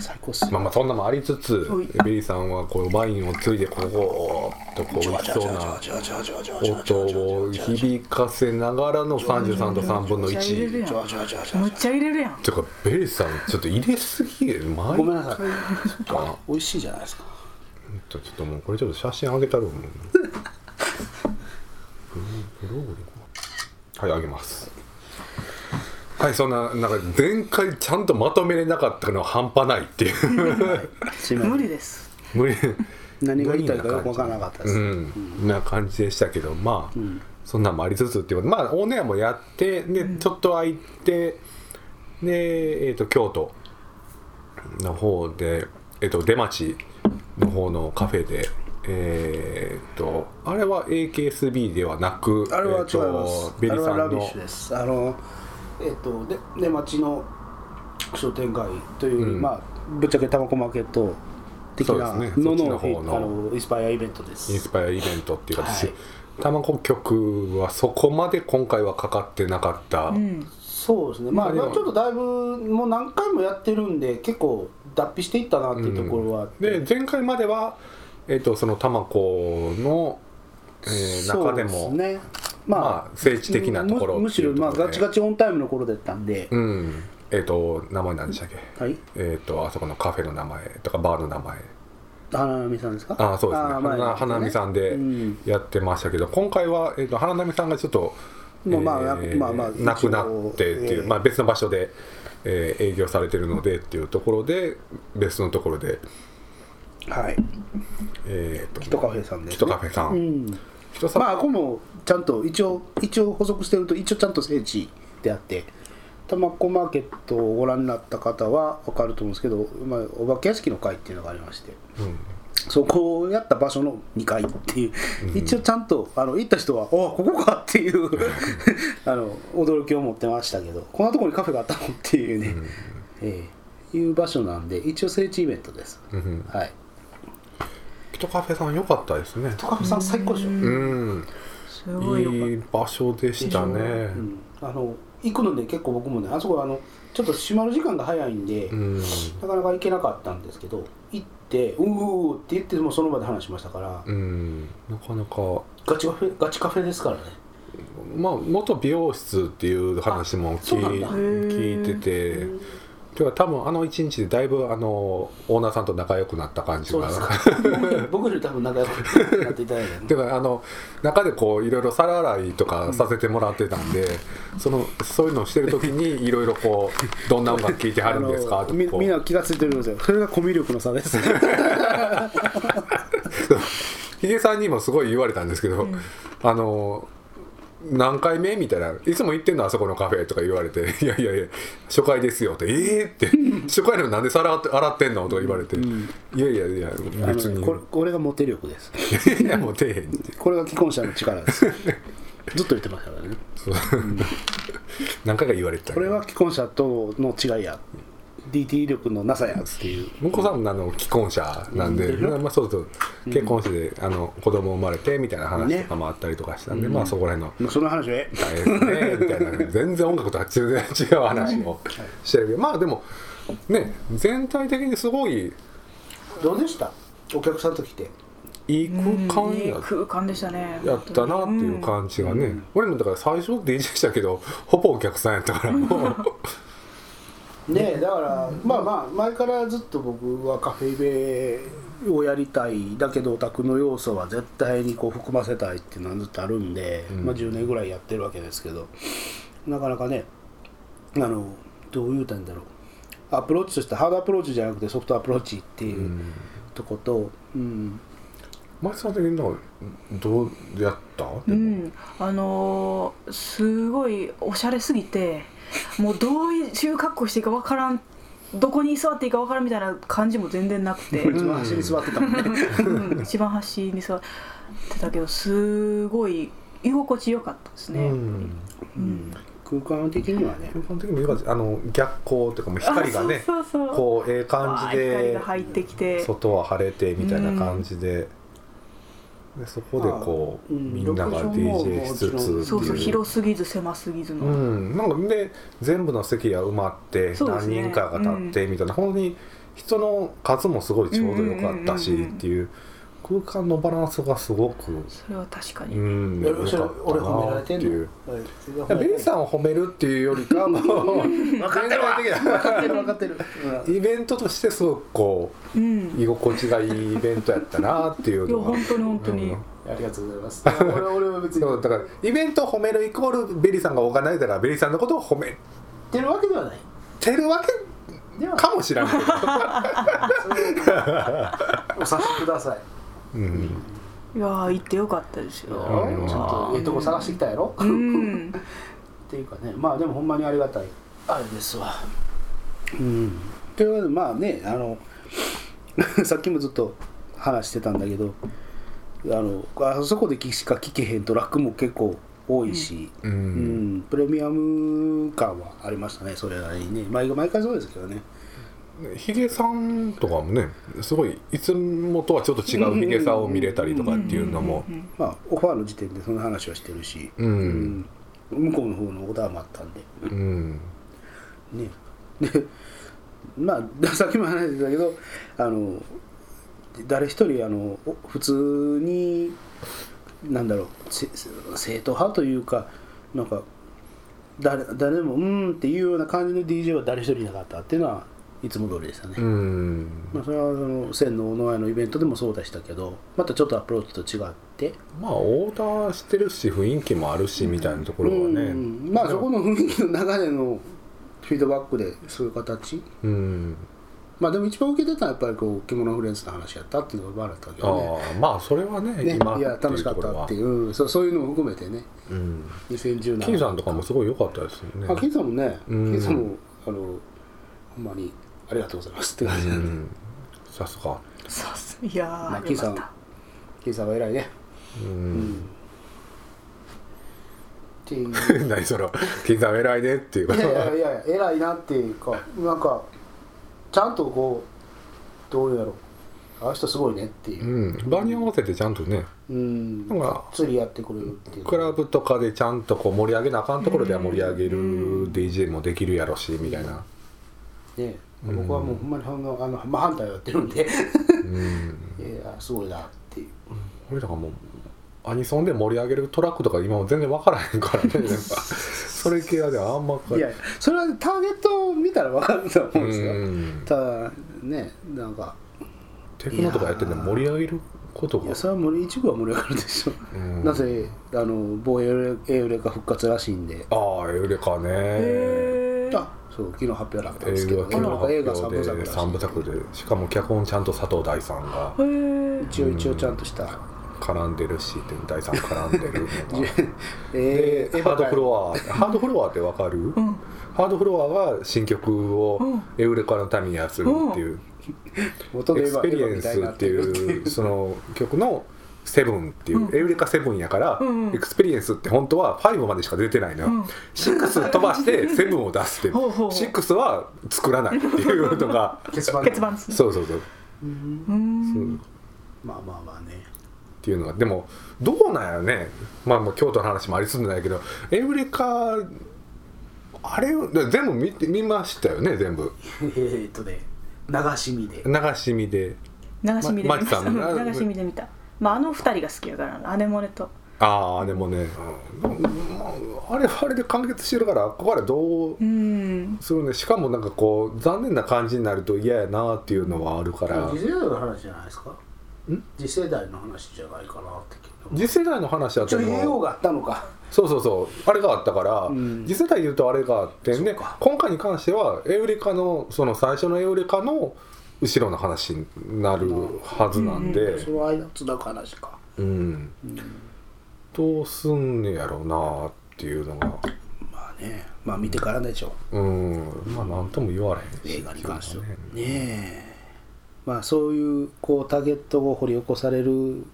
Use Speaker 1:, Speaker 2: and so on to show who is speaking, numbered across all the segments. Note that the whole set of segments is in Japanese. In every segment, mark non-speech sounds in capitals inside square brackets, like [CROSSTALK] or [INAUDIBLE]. Speaker 1: 最高っすね
Speaker 2: まあまあそんなもありつつ
Speaker 1: はい
Speaker 2: エビリーさんはこうワインをついでこうゴーッとこういきそうな音を響かせながらの33と3分の
Speaker 3: めっちゃ入れる
Speaker 2: 1
Speaker 3: やんめっちゃ入れるやん
Speaker 2: てかベリーさんちょっと入れすぎる
Speaker 1: ご
Speaker 2: 毎
Speaker 1: めん
Speaker 2: 回
Speaker 1: なさい
Speaker 2: か
Speaker 1: 美味しいじゃないですか
Speaker 2: ちょっともうこれちょっと写真あげたろうもうブローリーはいあげますはいそんななんか前回ちゃんとまとめれなかったのは半端ないっ
Speaker 1: [LAUGHS]
Speaker 2: ていう
Speaker 1: すいません
Speaker 3: 無理です
Speaker 2: 無理
Speaker 1: 何が言いたいかよく分からなかったで
Speaker 2: う
Speaker 1: す
Speaker 2: ん、な感じでしたけどまあ、そんなんもありつつっていうことまあオンエアもやってでちょっと空いてで、えー、と京都の方で、えー、と出町の方のカフェで。えー、とあれは AKSB ではなく
Speaker 1: あれは違います
Speaker 2: えーと、ベリ
Speaker 1: あれは
Speaker 2: さ
Speaker 1: ラ
Speaker 2: ん
Speaker 1: ビッ
Speaker 2: の
Speaker 1: シュですあのえっ、とでで町の商店街という、
Speaker 2: うん
Speaker 1: まあぶっちゃけタバコマーケット的な
Speaker 2: そうですね
Speaker 1: のの,、
Speaker 2: そっちの方の
Speaker 1: あのインスパイアイベントで
Speaker 2: インス
Speaker 1: す
Speaker 2: パイアイベントっていう形で、
Speaker 1: はい
Speaker 2: たまこ曲はそこまで今回はかかってなかった、
Speaker 3: うん
Speaker 1: そうですねまあ、
Speaker 2: まあ
Speaker 1: まあちょっとだいぶもう何回もやってるんで結構脱皮していったなっていうところはあって、
Speaker 2: で前回までは、えー、とその多摩湖の、えー
Speaker 1: そう
Speaker 2: 中でも
Speaker 1: ね
Speaker 2: まあ、政治的なところ
Speaker 1: むむしろまあガチガ
Speaker 2: チ
Speaker 1: チオンタイムの頃だったんで、
Speaker 2: うんえっ、と名前何でしたっけ
Speaker 1: はい
Speaker 2: えっ、とあそこのカフェの名前とかバーの名前
Speaker 1: 花見さんですか
Speaker 2: ああそうですね
Speaker 1: ー前
Speaker 2: 花花見さんで
Speaker 1: うん
Speaker 2: やってましたけど、今回は、えー、と花波さんがちょっと、
Speaker 1: もうまあ
Speaker 2: ー
Speaker 1: まあまあ
Speaker 2: 亡くなってっていう、
Speaker 1: 一応
Speaker 2: まあ、別の場所で、えー営業されてるのでっていうところで別のところで、
Speaker 1: はい
Speaker 2: えー、と
Speaker 1: キトカフェさんです、ね、
Speaker 2: キトカフェさん、
Speaker 1: うん
Speaker 2: キトさん
Speaker 1: まあ、こもちゃんと一応、一応補足してると、一応ちゃんと聖地であって、たまこマーケットをご覧になった方は分かると思うんですけど、まあ、お化け屋敷の会っていうのがありまして、
Speaker 2: うん
Speaker 1: そこをやった場所の2階っていう、一応ちゃんとあの行った人は、おここかっていう [LAUGHS] あの驚きを持ってましたけど、こんなところにカフェがあったのっていうね、ええいう場所なんで、一応聖地イベントです。
Speaker 2: うん
Speaker 1: はい、
Speaker 2: キトカフェさん良かったですね。
Speaker 1: トカフェさん、最高でしょ。
Speaker 2: うん、
Speaker 3: すごいよかっ
Speaker 2: いい場所でしたね。
Speaker 1: うんあの行くので結構僕もねあそこあのちょっと閉まる時間が早いんで、
Speaker 2: うん、
Speaker 1: なかなか行けなかったんですけど行って「うーうー」って言ってもうその場で話しましたから、
Speaker 2: うん、なかなか。
Speaker 1: ガチカフェガチカフェですからね
Speaker 2: まあ、元美容室っていう話も聞
Speaker 1: あそうなんだ
Speaker 2: 聞いてて。てか多分あの一日でだいぶあのオーナーさんと仲良くなった感じ
Speaker 1: そう
Speaker 2: が
Speaker 1: ですか [LAUGHS] 僕より多分仲良くなっていただいたん
Speaker 2: て
Speaker 1: で
Speaker 2: かあの中でこういろいろ皿洗いとかさせてもらってたんで、そのそういうのをしてる時にいろいろこう「どんな音楽聴いてはるんですか?」
Speaker 1: あ
Speaker 2: と
Speaker 1: の
Speaker 2: か
Speaker 1: み
Speaker 2: こう
Speaker 1: みんな気がついてるんですよそれがコミュ力の差ですね
Speaker 2: ヒゲさんにもすごい言われたんですけど、あの何回目みたいな「いつも行ってんのあそこのカフェ」とか言われて「 [LAUGHS] いやいやいや初回ですよ」って「ええ [LAUGHS] って「初回なのになんで皿洗ってんの?」とか言われて「いやいやいや
Speaker 1: あの
Speaker 2: [LAUGHS] 別に
Speaker 1: これこれがモテ力です
Speaker 2: いやもう出えへん」って
Speaker 1: これが既婚者の力です
Speaker 2: [LAUGHS]
Speaker 1: ずっと言ってましたからね
Speaker 2: そう何回か言われてた
Speaker 1: これは既婚者との違いや DT 力のなさやっていう
Speaker 2: 向こうさんもあの既婚者なんで、まあまあ、そうそう結婚して、あの子供生まれてみたいな話とかもあったりとかしたんで、まあそこら辺の
Speaker 1: まあその話はええ
Speaker 2: 大変ですねみたいな全然音楽とは全然違う話をしてるけどまあでもね全体的にすごい
Speaker 1: どうでしたお客さんと来て
Speaker 2: いい空
Speaker 3: た
Speaker 2: 間
Speaker 3: いい
Speaker 2: や
Speaker 3: 空間でしたね
Speaker 2: やったなっていう感じがね、俺もだから最初 DJ したけどほぼお客さんやったからもう
Speaker 1: ねえだからまあまあ前からずっと僕はカフェイベをやりたいだけどオタクの要素は絶対にこう含ませたいっていうのはずっとあるんで、まあ10年ぐらいやってるわけですけどなかなかねあのどう言うたらいいんだろうアプローチとしてハードアプローチじゃなくてソフトアプローチっていううとこと、うん、
Speaker 2: 松さん的にはどうやった、
Speaker 3: うん、あのーすごいおしゃれすぎてもうどういう格好していいかわからんどこに座っていいかわからんみたいな感じも全然なく
Speaker 2: [LAUGHS]
Speaker 3: て、
Speaker 1: 一番端に座ってたもんね、
Speaker 3: うん一番端に座ってたけどすごい居心地よかったです
Speaker 2: う
Speaker 3: ね、
Speaker 2: ん、
Speaker 1: 空間的にはね
Speaker 2: 空間的にもよかったあの逆光というかもう光がね
Speaker 3: あそうそうそう
Speaker 2: こうええ感じ
Speaker 3: わあ光
Speaker 2: で
Speaker 3: が入ってきて
Speaker 2: 外は晴れてみたいな感じで,、でそこでこう、
Speaker 1: あうん
Speaker 2: みんなが
Speaker 1: ロケーションも
Speaker 2: DJ しつつっていう
Speaker 3: そうそう広すぎず狭すぎずの、
Speaker 2: うん、なんかで全部の席が埋まって
Speaker 3: そうです
Speaker 2: 何
Speaker 3: ね
Speaker 2: 人かが立ってみたいな、本当に人の数もすごいちょうどよかったし
Speaker 3: うんうんうんうん
Speaker 2: っていう空間のバランスがすごく
Speaker 3: それは確か
Speaker 2: う
Speaker 3: に、
Speaker 2: ん
Speaker 1: 俺
Speaker 2: 良かった
Speaker 1: 褒めら
Speaker 2: な
Speaker 1: れ
Speaker 2: って
Speaker 1: て
Speaker 2: いうん
Speaker 1: のはいそれが褒められ
Speaker 2: ベ
Speaker 1: て
Speaker 2: リーさんを褒めるっていうよりかもう全
Speaker 1: [LAUGHS] 分かってるわ
Speaker 2: 体的な
Speaker 1: 分かってる分か
Speaker 2: [LAUGHS]
Speaker 1: ってる、
Speaker 2: イベントとしてすごくこ
Speaker 3: う、
Speaker 2: うん
Speaker 3: い
Speaker 2: 居心地がいいイベントやったなっていう
Speaker 3: や
Speaker 2: のが
Speaker 3: 本当に本当に、
Speaker 2: うん
Speaker 1: うん、ありがとうござい
Speaker 2: [LAUGHS]
Speaker 1: ますいや俺俺は別に
Speaker 2: そうだからイベントを褒めるイコールベリーさんがオーガナイザーだからベリーさんのことを褒め
Speaker 1: ってるわけではない
Speaker 2: てるわけ
Speaker 1: では
Speaker 2: かもしれんけど、
Speaker 1: それをお察しください
Speaker 2: うん、
Speaker 3: いやー行ってよかったですよ、
Speaker 1: ち
Speaker 2: う
Speaker 1: ょ
Speaker 2: ん
Speaker 1: っとええとこ探してきたやろ、
Speaker 3: う
Speaker 1: っ
Speaker 3: ん、
Speaker 1: ていうかねまあでもほんまにありがたいあれですわうんというわけでまあねあの [LAUGHS] さっきもずっと話してたんだけどあのあそこでしか聞けへんトラックも結構多いし、
Speaker 2: う
Speaker 1: うんん、プレミアム感はありましたねそれなりにね毎毎回そうですけどね
Speaker 2: ヒゲさんとかもねすごいいつもとはちょっと違うヒゲさんを見れたりとかっていうのも
Speaker 3: んん
Speaker 1: まあオファーの時点でその話はしてるし、
Speaker 2: うん
Speaker 1: うん向こうの方のオーダーもあったんで
Speaker 2: うん
Speaker 1: ねでまあ [LAUGHS] さっきも話してたけどあの誰一人あのお普通になんだろうせ正統派というかなんか誰誰でもうーんっていうような感じの DJ は誰一人いなかったっていうのはいつも通りでしたね、
Speaker 2: うん
Speaker 1: まあ、それはその千の尾上のイベントでもそうでしたけどまたちょっとアプローチと違って
Speaker 2: まあオーダーしてるし雰囲気もあるしみたいなところはね
Speaker 1: うんまあそこの雰囲気の中でのフィードバックでそういう形
Speaker 2: うん
Speaker 1: まあでも一番受けてたのはやっぱりこう着物フレンズの話やったっていうのがバレたけ
Speaker 2: あ
Speaker 1: ど
Speaker 2: あまあそれはね
Speaker 1: ねね
Speaker 2: 今
Speaker 1: いや楽しか
Speaker 2: と
Speaker 1: っ
Speaker 2: ころ
Speaker 1: た
Speaker 2: は
Speaker 1: っていう、うん、そうそういうのも含めてね
Speaker 2: うん
Speaker 1: 2017
Speaker 2: 金さんとかもすごい良かったですよね
Speaker 1: あ金さんもね
Speaker 2: うん
Speaker 1: 金さんもあのほんまにありがとうございますって感じ
Speaker 2: う
Speaker 1: で、
Speaker 2: んさすが
Speaker 3: そうっすいやー、
Speaker 1: まあ金さん
Speaker 3: よかっ
Speaker 1: 金さんは偉い
Speaker 2: [LAUGHS]
Speaker 1: ね
Speaker 2: う
Speaker 1: うんんっていう
Speaker 2: 何その金さん偉いねっていう
Speaker 1: いやいやいや偉いなっていうかなんかちゃんとこうどうやろうあの人すごいねっていうう、
Speaker 2: ん場に合わせてちゃんとね
Speaker 1: うん、
Speaker 2: なんか
Speaker 1: がっつりやってくれるっていう
Speaker 2: クラブとかでちゃんとこう盛り上げなあかんところでは盛り上げ
Speaker 3: う
Speaker 2: る DJ もできるやろしみたいな、
Speaker 1: ね
Speaker 2: うん
Speaker 1: 僕はもうほんまに反応あの真反対をやってるんで
Speaker 2: うん、
Speaker 1: [LAUGHS] いやすごいなっていう
Speaker 2: 俺らがもうアニソンで盛り上げるトラックとか今も全然分からへんからねなんかそれ系はねあんま
Speaker 1: いやそれはターゲットを見たら分かると
Speaker 2: う
Speaker 1: 思うんですよ、
Speaker 2: ん
Speaker 1: ただねなんか
Speaker 2: テクノとかやってても盛り上げること
Speaker 1: い
Speaker 2: が
Speaker 1: やそれは盛り一部は盛り上がるでしょ、
Speaker 2: うん
Speaker 1: なぜあの防衛エウレカ復活らしいんで
Speaker 2: ああエウレカ
Speaker 3: た
Speaker 2: ね
Speaker 3: へー
Speaker 1: あそう昨日発表だったんですけ
Speaker 2: 映
Speaker 1: ど、
Speaker 2: 画
Speaker 1: ね、
Speaker 2: 級の
Speaker 1: なんか映画
Speaker 2: 発
Speaker 1: 3
Speaker 2: 表
Speaker 1: 部
Speaker 2: で
Speaker 1: 作らしい
Speaker 2: 3部作でしかも脚本ちゃんと佐藤大さんが
Speaker 3: へー
Speaker 1: 一応一応ちゃんとした、
Speaker 2: 絡んでるし大さん絡んでるのが
Speaker 1: え
Speaker 2: でハードフロアハードフロアってわかる、
Speaker 3: うん
Speaker 2: ハードフロアが新曲を
Speaker 3: うん
Speaker 2: エウレカのためにやするっていう、
Speaker 1: 元
Speaker 2: エ
Speaker 1: で言え
Speaker 2: クス
Speaker 1: ば
Speaker 2: ペリエンスっていうその曲の「セブンっていう、エウレカセブンやから、
Speaker 3: うんうん
Speaker 2: エクスペリエンスって本当は5までしか出てないのよ、
Speaker 3: うん
Speaker 2: 6飛ばしてセブンを出すっていう
Speaker 3: ほうほうほう
Speaker 2: 6は作らないっていうの
Speaker 3: [LAUGHS]
Speaker 2: が
Speaker 1: 結 [LAUGHS] 番
Speaker 3: 結番っす
Speaker 2: そうそうそう、
Speaker 3: うーん
Speaker 2: そうっ
Speaker 1: まあまあまあね
Speaker 2: ていうのがでもどうなんやろねまあもう京都の話もありつつないけどエウレカあれを全部見て見ましたよね全部
Speaker 1: えーっとね流し見で
Speaker 2: 流し見で
Speaker 3: 流し見で見
Speaker 2: まマキさん
Speaker 3: たうん流し見で見たまああの二人が好きやからな姉もねと
Speaker 2: ああでもね、まああれはあれで完結してるからここからどう
Speaker 3: うん
Speaker 2: するねしかもなんかこう残念な感じになると嫌やなっていうのはあるから
Speaker 1: 次世代の話じゃないですか
Speaker 2: ん
Speaker 1: 次世代の話じゃないかなってけど
Speaker 2: 次世代の話あっ
Speaker 1: ち
Speaker 2: た
Speaker 1: ょっと栄養
Speaker 2: の
Speaker 1: があったのか
Speaker 2: そうそうそうあれがあったから、
Speaker 1: うん
Speaker 2: 次世代言うとあれがあって
Speaker 1: そっ
Speaker 2: ね
Speaker 1: か
Speaker 2: 今回に関してはエウレカのその最初のエウレカの後ろの話になるはずなんで、
Speaker 1: その間つなぐ話か
Speaker 2: うん、どうすんねやろうなっていうのが。
Speaker 1: まあねまあ見てからでしょ
Speaker 2: うん、まあ何とも言われへんし
Speaker 1: 映画に関しては
Speaker 2: ね
Speaker 1: ねえまあそういうこうターゲットを掘り起こされる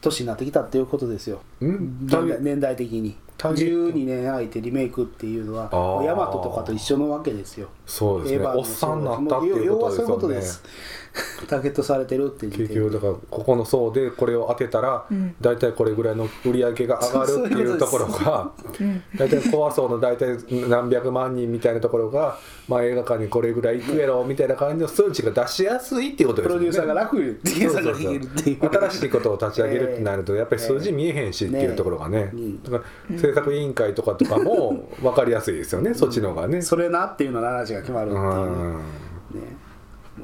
Speaker 1: 年になってきたっていうことですよ
Speaker 2: うん、
Speaker 1: 年代年代的に
Speaker 2: ターゲット
Speaker 1: 12年空いてリメイクっていうのは
Speaker 2: あー
Speaker 1: ヤマトとかと一緒のわけですよ
Speaker 2: そうですね
Speaker 1: エヴァ
Speaker 2: お
Speaker 1: も
Speaker 2: っ
Speaker 1: そ
Speaker 2: さん
Speaker 1: う
Speaker 2: に
Speaker 1: だ
Speaker 2: な
Speaker 1: し
Speaker 2: ったっていう
Speaker 1: も
Speaker 2: こ
Speaker 1: 要は
Speaker 2: と
Speaker 1: そういうこと
Speaker 2: で
Speaker 1: ですす
Speaker 2: よね
Speaker 1: ターゲットされてるっていう
Speaker 2: 結局だからここの層でこれを当てたら
Speaker 3: うん
Speaker 2: 大体これぐらいの売り上げが上がるっていうところが
Speaker 3: うん
Speaker 2: 大体怖そうの大体何百万人みたいなところが、まあ、映画館にこれぐらい行くやろみたいな感じの数値が出しやすいっていうこと
Speaker 1: プ
Speaker 2: ですよ
Speaker 1: ロデューサーが
Speaker 2: ね
Speaker 1: 楽に計
Speaker 2: そ
Speaker 1: 算
Speaker 2: うそ
Speaker 1: が
Speaker 2: う
Speaker 1: でき
Speaker 2: そう
Speaker 1: るっていう
Speaker 2: 新しいことを立ち上げるってなるとやっぱり数字見えへんしっていうところがね
Speaker 1: えうん
Speaker 2: だから制作委員会とかとかも分かりやすいですよねそっちの方がね
Speaker 1: それなっていうのの話が決まるって
Speaker 2: う
Speaker 1: い
Speaker 2: ん
Speaker 1: うね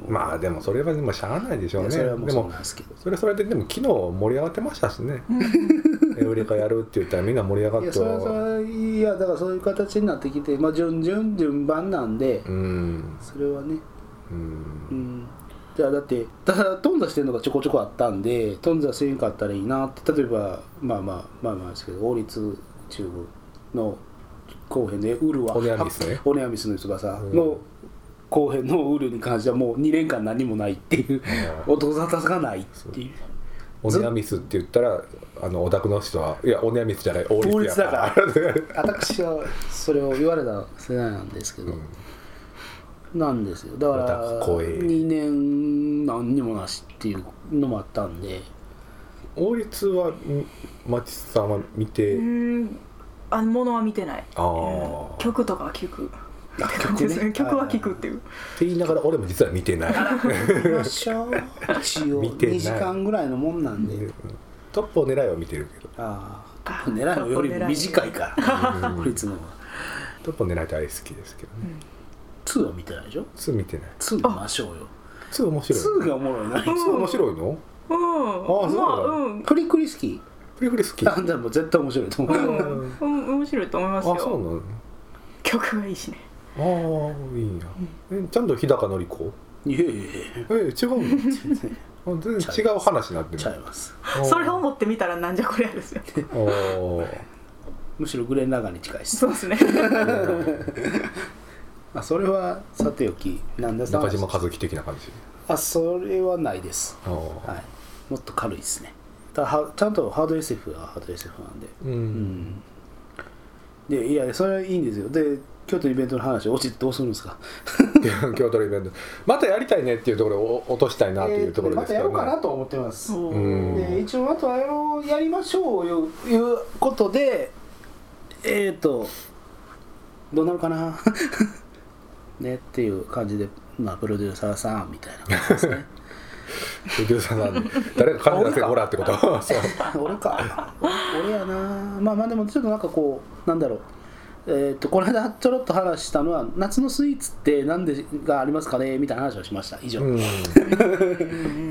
Speaker 2: まあでもそれはでもしゃあないでし
Speaker 1: い
Speaker 2: ょう
Speaker 1: や
Speaker 2: ね
Speaker 1: それはもう
Speaker 2: で
Speaker 1: そう
Speaker 2: も
Speaker 1: なんですけど
Speaker 2: それはそれででも昨日盛り上がってましたしね [LAUGHS] エウレカやるって言ったらみんな盛り上
Speaker 1: い
Speaker 2: が
Speaker 1: や
Speaker 2: って
Speaker 1: それはそれ
Speaker 2: は
Speaker 1: はいやだからそういう形になってきてまあ順順順番なんで
Speaker 2: うん
Speaker 1: それはね
Speaker 2: うん
Speaker 1: うんじゃあだってただ頓挫してるのがちょこちょこあったんで頓挫せんかったらいいなって例えばまあまあまあまあですけど王立中部の後編でウルは
Speaker 2: オネアミスね
Speaker 1: オネアミスの翼
Speaker 2: う
Speaker 1: の
Speaker 2: ん
Speaker 1: 後編のウルに関してはもう2年間何もないっていう音沙汰がないっていう
Speaker 2: オネアミスって言ったらあのオタクの人はいやオネアミスじゃない王
Speaker 1: 法
Speaker 2: 立や
Speaker 1: 律だ
Speaker 2: から
Speaker 1: から私はそれを言われた世代なんですけど、なんですよだか
Speaker 2: ま
Speaker 1: ら
Speaker 2: た光栄
Speaker 1: 2年何にもなしっていうのもあったんで
Speaker 2: [LAUGHS] 王立はんマチさんは見て、
Speaker 3: うんあのものは見てない
Speaker 2: あー
Speaker 3: うん曲とかは聞く
Speaker 1: あ
Speaker 3: って感じですね曲は聞くっていう
Speaker 2: って言いながら俺も実は見て
Speaker 1: [LAUGHS]
Speaker 2: ない
Speaker 1: 見ましょう一応
Speaker 2: 見てない
Speaker 1: 2時間ぐらいのもんなんで
Speaker 2: トップを狙いは見てるけど
Speaker 1: ああ
Speaker 3: あ
Speaker 1: 狙いのよりも短いからこいつのは
Speaker 2: トップを狙い大好きですけどね、
Speaker 1: 2は見てないでしょ
Speaker 2: 2見てない
Speaker 1: 2見ましょうよ
Speaker 2: 2面白い
Speaker 1: 2がおもろいな
Speaker 2: 2面白いの
Speaker 3: うん
Speaker 2: あそう
Speaker 3: まあうん
Speaker 1: プリクリ好き
Speaker 2: フリフリ好き
Speaker 1: あんたもう絶対面白いと思
Speaker 3: う、
Speaker 1: うん
Speaker 3: うん、面白いと思います
Speaker 2: あそう
Speaker 3: よ
Speaker 2: なの
Speaker 3: 曲がいいしね
Speaker 2: ああいいんや、えちゃんと日高のり子
Speaker 1: いやいやい
Speaker 2: え違う
Speaker 1: [LAUGHS]
Speaker 2: のあ全然違う話になっ
Speaker 1: や
Speaker 2: てる
Speaker 1: ちゃいます
Speaker 2: あー
Speaker 3: それを持ってみたらなんじゃこり
Speaker 2: [LAUGHS]
Speaker 3: ゃですよ
Speaker 1: [LAUGHS]
Speaker 2: あー
Speaker 1: むしろグレン・ラガンに近いです
Speaker 3: そうですね
Speaker 1: あそれはさておきなんださん
Speaker 2: 中島和樹的な感じ
Speaker 1: あそれはないです
Speaker 2: ああ、
Speaker 1: はいもっと軽いですねただはちゃんとハード SF はハード SF なんで
Speaker 2: うん、 [LAUGHS]
Speaker 1: うんでいやそれはいいんですよで京都のイベントの話落ちてどうするんですか
Speaker 2: 京都のイベントまたやりたいねっていうところを落と [LAUGHS] したいなっていうところですけどね、
Speaker 1: と思ってます
Speaker 3: そう
Speaker 2: うん
Speaker 1: で一応あとはやろうやりましょうよいうことでえっ、ー、とどうなるかな [LAUGHS] ねっていう感じで、まあ、プロデューサーさんみたいな感じですね
Speaker 2: プロデューサーなんで誰か金出せほらってこと
Speaker 1: [LAUGHS]
Speaker 2: そう
Speaker 1: 俺か俺やなまあまあでもちょっとなんかこうなんだろうえー、とこの間ちょろっと話したのは夏のスイーツって何でがありますかねみたいな話をしました以上、
Speaker 2: うん、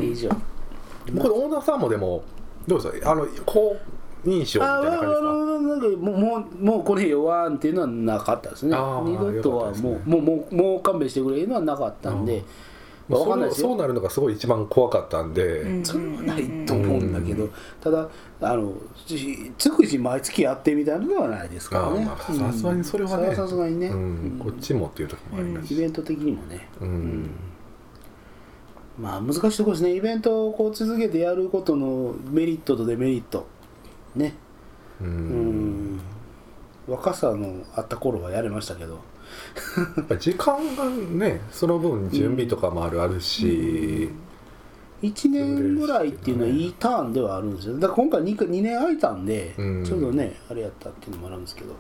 Speaker 1: 以上
Speaker 2: これオーナーさんもでもどうですかあの好印象み
Speaker 1: あ
Speaker 2: たいな感じですか
Speaker 1: あなんかもうもうもうこれへんわんっていうのはなかったですね
Speaker 2: あー
Speaker 1: 二度とはもう,、
Speaker 2: よかったです
Speaker 1: もうもうもう勘弁してくれいうのはなかったんで、まあ、わ
Speaker 2: そ
Speaker 1: かんない
Speaker 2: れ
Speaker 1: です
Speaker 2: そう
Speaker 1: よ
Speaker 2: なるのがすごい一番怖かったんで、
Speaker 3: うん
Speaker 1: それはないと思うんだけど、ただあのじ逐次毎月やってみたいなのはないですから
Speaker 2: あー
Speaker 1: ね
Speaker 2: まあさすがにそれはね、
Speaker 1: うんさすがにね、
Speaker 2: うん、こっちもっていうところもあります
Speaker 1: イ
Speaker 2: し、
Speaker 1: ベント的にもね
Speaker 2: うん
Speaker 1: まあ難しいところですねイベントをこう続けてやることのメリットとデメリットね
Speaker 2: うん
Speaker 1: うん若さのあった頃はやれましたけど
Speaker 2: やっぱ時間がねその分準備とかもあるあるし、
Speaker 1: 1年ぐらいっていうのはいいターンではあるんですよだから今回 2, 二年空いたんで、
Speaker 2: うん
Speaker 1: ちょうどねあれやったっていうのもあるんですけど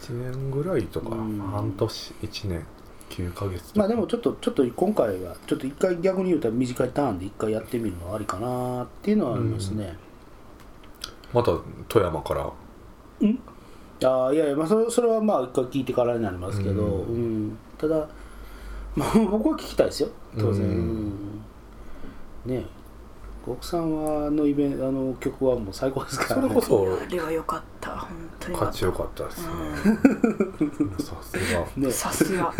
Speaker 2: 一1年ぐらいとか、
Speaker 1: うん
Speaker 2: 半年1年9ヶ月とか
Speaker 1: まあでもちょっとちょっと今回はちょっと一回逆に言うたら短いターンで一回やってみるのはありかなっていうのはありますね、
Speaker 2: また富山から
Speaker 1: ああいやいや、まあ、それそれはまあ一回聞いてからになりますけど、
Speaker 2: う
Speaker 1: うんただ、まあ、 [LAUGHS] 僕は聞きたいですよ当然、
Speaker 2: うん
Speaker 1: うんね極さんはあのイベンあの曲はもう最高ですか
Speaker 2: そ
Speaker 1: ら、
Speaker 2: れ
Speaker 1: ね、
Speaker 2: こそ
Speaker 3: あれは良かった本当に良か
Speaker 2: 勝
Speaker 3: っ
Speaker 2: ちよかったですね、さす
Speaker 1: ね
Speaker 3: たさすが
Speaker 2: が、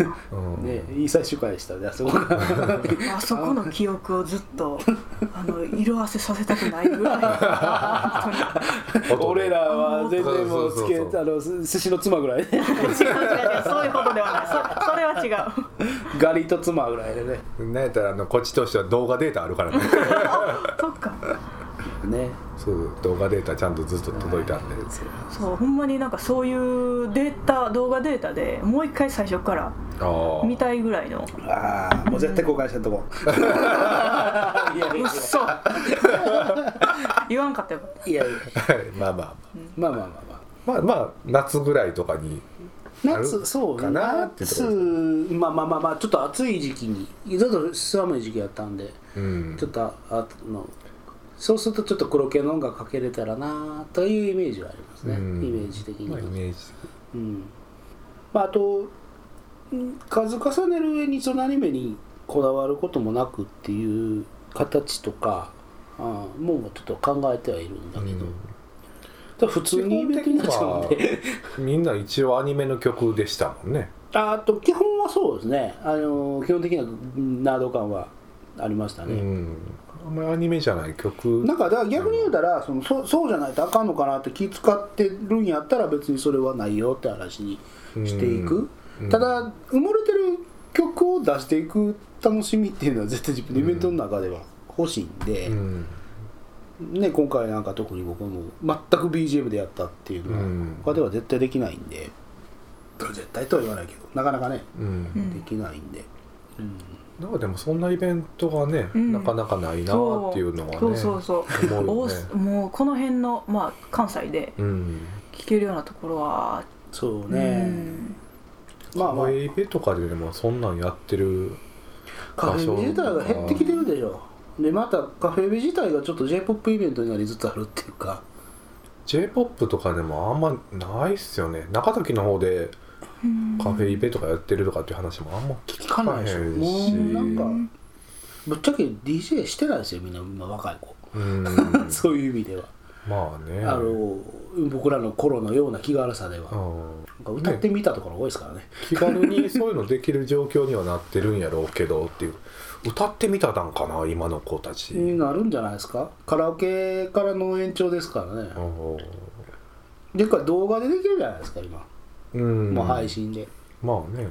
Speaker 2: うん
Speaker 1: ねいい最終回でしたねあそこが。
Speaker 3: あそこの記憶をずっとあの色あせさせたくないぐらい本当に
Speaker 2: あと
Speaker 1: [LAUGHS] 俺らは全
Speaker 2: そうそ
Speaker 1: 然
Speaker 2: う
Speaker 1: もう
Speaker 2: そ
Speaker 1: つ
Speaker 2: う
Speaker 1: け
Speaker 2: そう
Speaker 1: あのす寿司の妻ぐらいね [LAUGHS]
Speaker 3: 違う違う違うそういうことではないそそれは違う
Speaker 1: ガリと妻ぐらいでね
Speaker 2: なんやったらあのこっちとしては動画データあるからね
Speaker 3: そっか
Speaker 1: ね
Speaker 2: そう動画データちゃんとずっと届いたんで、
Speaker 3: そうほんまになんかそういうデータ動画データでもう一回最初から
Speaker 2: ああ
Speaker 3: 見たいぐらいの
Speaker 1: ああもう絶対公開したとこ [LAUGHS] いやいや
Speaker 3: うっそ言わんかったよ
Speaker 1: いやいや
Speaker 2: まあまあ
Speaker 1: まあまあまあまあ
Speaker 2: まあまあ夏ぐらいとかにあ
Speaker 1: 夏
Speaker 2: る
Speaker 1: そう
Speaker 2: かなってとこ
Speaker 1: 夏まあまあまあまあちょっと暑い時期にちょっと寒い時期やったんで、
Speaker 2: うん
Speaker 1: ちょっとああのそうするとちょっと黒系の音楽かけれたらなというイメージはありますね、
Speaker 2: うん
Speaker 1: イメージ的に
Speaker 2: ま
Speaker 1: は、
Speaker 2: あイメージ
Speaker 1: うんまあ、あとうん数重ねる上にそのアニメにこだわることもなくっていう形とかああもうちょっと考えてはいるんだけど、だから普通にイベントになっちゃうん
Speaker 2: 基本
Speaker 1: で
Speaker 2: みんな一応アニメの曲でしたもんね
Speaker 1: ああと基本はそうですねあの基本的なナード感はありました
Speaker 2: う
Speaker 1: ね、
Speaker 2: んあんまりアニメじゃない曲
Speaker 1: なんかだから逆に言うたらそのそそうじゃないとあかんのかなって気使ってるんやったら別にそれはないよって話にしていく、
Speaker 2: うん
Speaker 1: ただ埋もれてる曲を出していく楽しみっていうのは絶対自分のイベントの中では欲しいんで、
Speaker 2: うん
Speaker 1: ね、今回なんか特に僕も全く BGM でやったっていうの
Speaker 2: う
Speaker 1: は
Speaker 2: ん
Speaker 1: 他では絶対できないんで、絶対とは言わないけどなかなかね、
Speaker 2: うん
Speaker 3: うん
Speaker 1: できないんで、うん
Speaker 2: なんかでもそんなイベントがね、
Speaker 3: うん
Speaker 2: なかなかないな
Speaker 3: そう
Speaker 2: っていうのはね
Speaker 3: そうそうそう
Speaker 2: 思うよ
Speaker 3: お
Speaker 2: ね
Speaker 3: もうこの辺の、まあ、関西で
Speaker 2: うん
Speaker 3: 聴けるようなところは
Speaker 1: そう
Speaker 3: う
Speaker 1: ね、
Speaker 3: ん
Speaker 1: まあまあ
Speaker 2: イベとかででもそんなんやってる
Speaker 1: カフェベ自体が減ってきてるでしょでまたカフェベ自体がちょっと j p o p イベントになりつつあるっていうか
Speaker 2: j p o p とかでもあんまないっすよね長崎の方でカフェイベとかやってるとかっていう話もあんま聞
Speaker 1: 聞かないでしょ
Speaker 2: かへん
Speaker 1: も
Speaker 2: し
Speaker 1: うなんかぶっちゃけ DJ してないですよみんな今若い子
Speaker 2: うん
Speaker 1: そういう意味では、
Speaker 2: [LAUGHS] まあね
Speaker 1: あの僕らの頃のような気軽さでは、
Speaker 2: う
Speaker 1: なん
Speaker 2: ん
Speaker 1: か歌ってみたところが多いですからね
Speaker 2: 気軽にそういうのできる状況にはなってるんやろうけどっていう歌ってみたなんかな今の子たち、
Speaker 1: になるんじゃないですかカラオケからの延長ですからね、でか動画でできるじゃないですか今、
Speaker 2: うん
Speaker 1: もう配信で
Speaker 2: まあね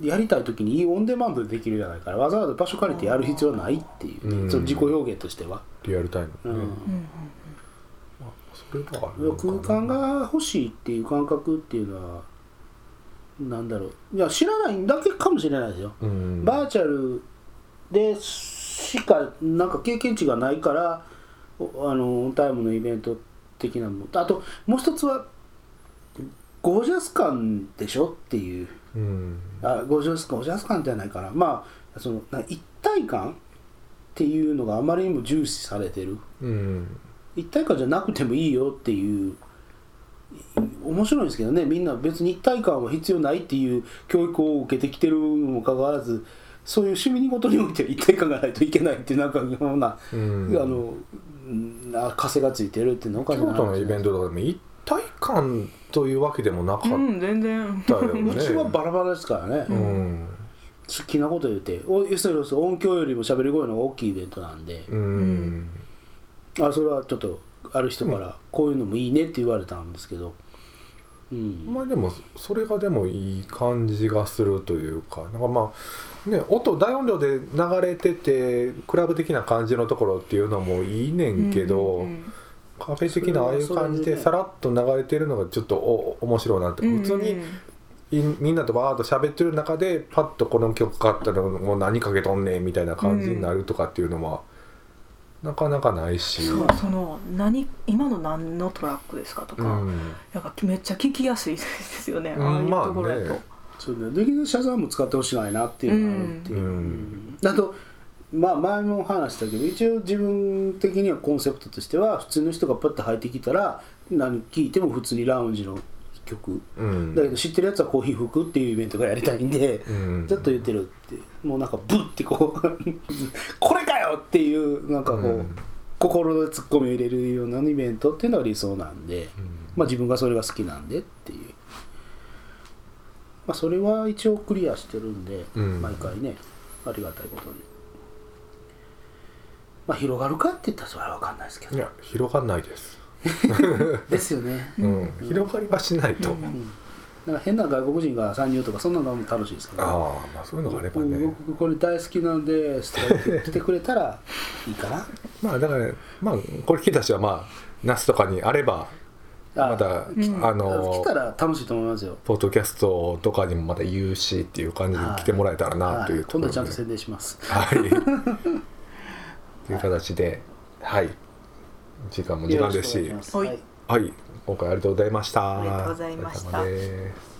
Speaker 1: やりたい時にオンデマンドでできるじゃないからわざわざ場所借りてやる必要ないっていうね、
Speaker 2: うん
Speaker 1: その自己表現としては、
Speaker 2: リアルタイム、ね
Speaker 1: うん
Speaker 3: うん
Speaker 2: まあ、それはあるのか
Speaker 1: 空
Speaker 2: な
Speaker 1: 間が欲しいっていう感覚っていうのはなんだろういや知らないだけかもしれないですよ、
Speaker 2: うん
Speaker 1: バーチャルでしかなんか経験値がないからおあのオンタイムのイベント的なものあともう一つはゴージャス感でしょっていう
Speaker 2: うん
Speaker 1: あゴージャス感ゴージャス感じゃないかなまあそのな一体感っていうのがあまりにも重視されてる
Speaker 2: うん
Speaker 1: 一体感じゃなくてもいいよっていう面白いんですけどねみんな別に一体感は必要ないっていう教育を受けてきてるにもかかわらずそういう趣味事においては一体感がないといけないっていうなんかような、
Speaker 2: うん
Speaker 1: あのうんあ枷がついてるっていうのおか
Speaker 2: 京
Speaker 1: しな話
Speaker 2: 都のイベントとかでも一体感というわけでもなかっ
Speaker 3: うん、全然
Speaker 2: たよね、
Speaker 1: うちはバラバラですからね、好
Speaker 2: うん
Speaker 1: きなこと言ってお要するに音響よりも喋り声の方が大きいイベントなんで、
Speaker 2: うん
Speaker 1: あそれはちょっとある人からこういうのもいいねって言われたんですけど、うん、
Speaker 2: まあでもそれがでもいい感じがするというかなんかまあね音大音量で流れててクラブ的な感じのところっていうのもいいねんけど、
Speaker 3: うんうん
Speaker 2: カフェ的なああいう感じで
Speaker 1: そ
Speaker 2: さ
Speaker 1: れ
Speaker 2: らっと流れてるのがちょっとお面白いなって、
Speaker 3: うん
Speaker 2: 普通にいみんなとバーッと喋ってる中でパッとこの曲かかったらもう何かけとんねんみたいな感じになるとかっていうのは、なかなかないし
Speaker 3: そうその何今の何のトラックですかとか、
Speaker 2: うん
Speaker 3: なんかめっちゃ聞きやすいですよね、
Speaker 2: うん
Speaker 3: ああいうところや
Speaker 2: まあ
Speaker 3: と
Speaker 2: ね、
Speaker 1: そうね、できるシャザーム使ってほしくないなっていうのがあるっていう、
Speaker 2: うん
Speaker 1: うんあとまあ前も話したけど一応自分的にはコンセプトとしては普通の人がパッと入ってきたら何聴いても普通にラウンジの曲、
Speaker 2: うん
Speaker 1: だけど知ってるやつはコーヒー吹くっていうイベントがやりたいんで、
Speaker 2: うん
Speaker 1: ちょっと言ってるってもうなんかブッてこう [LAUGHS] これかよっていうなんかこう、
Speaker 2: うん
Speaker 1: 心のツッコミを入れるようなイベントっていうのが理想なんで、まあ自分がそれが好きなんでっていう、まあ、それは一応クリアしてるんで、
Speaker 2: うん
Speaker 1: 毎回ねありがたいことに。まあ広がるかって言ったらそれは分かんないですけ
Speaker 2: い
Speaker 1: ど
Speaker 2: や広がんないです、
Speaker 1: ですよね
Speaker 2: うん、広がりはしないと、
Speaker 1: んなんか変な外国人が参入とかそんなのも楽しいですけど
Speaker 2: ああまあそういうのがあればね、
Speaker 1: 僕僕これ大好きなんですとか言って来てくれたらいいかな
Speaker 2: まあだから、まあこれ聞いた人はまあ那須とかにあれば
Speaker 1: あ
Speaker 2: まだあ
Speaker 3: ん
Speaker 2: の
Speaker 1: 来たら楽しいと思いますよ
Speaker 2: ポッドキャストとかにもまた言うしっていう感じで来てもらえたらな
Speaker 1: は
Speaker 2: という
Speaker 1: い、
Speaker 2: とこ
Speaker 1: 今度
Speaker 2: ろで
Speaker 1: ちゃんと宣伝します
Speaker 2: はい。という形で、はい。時間も時間ですし、
Speaker 1: よろくお願いします
Speaker 3: はい
Speaker 1: はい
Speaker 2: はい。今回ありがとうございました。
Speaker 3: ありがとうございました
Speaker 2: お疲れ様です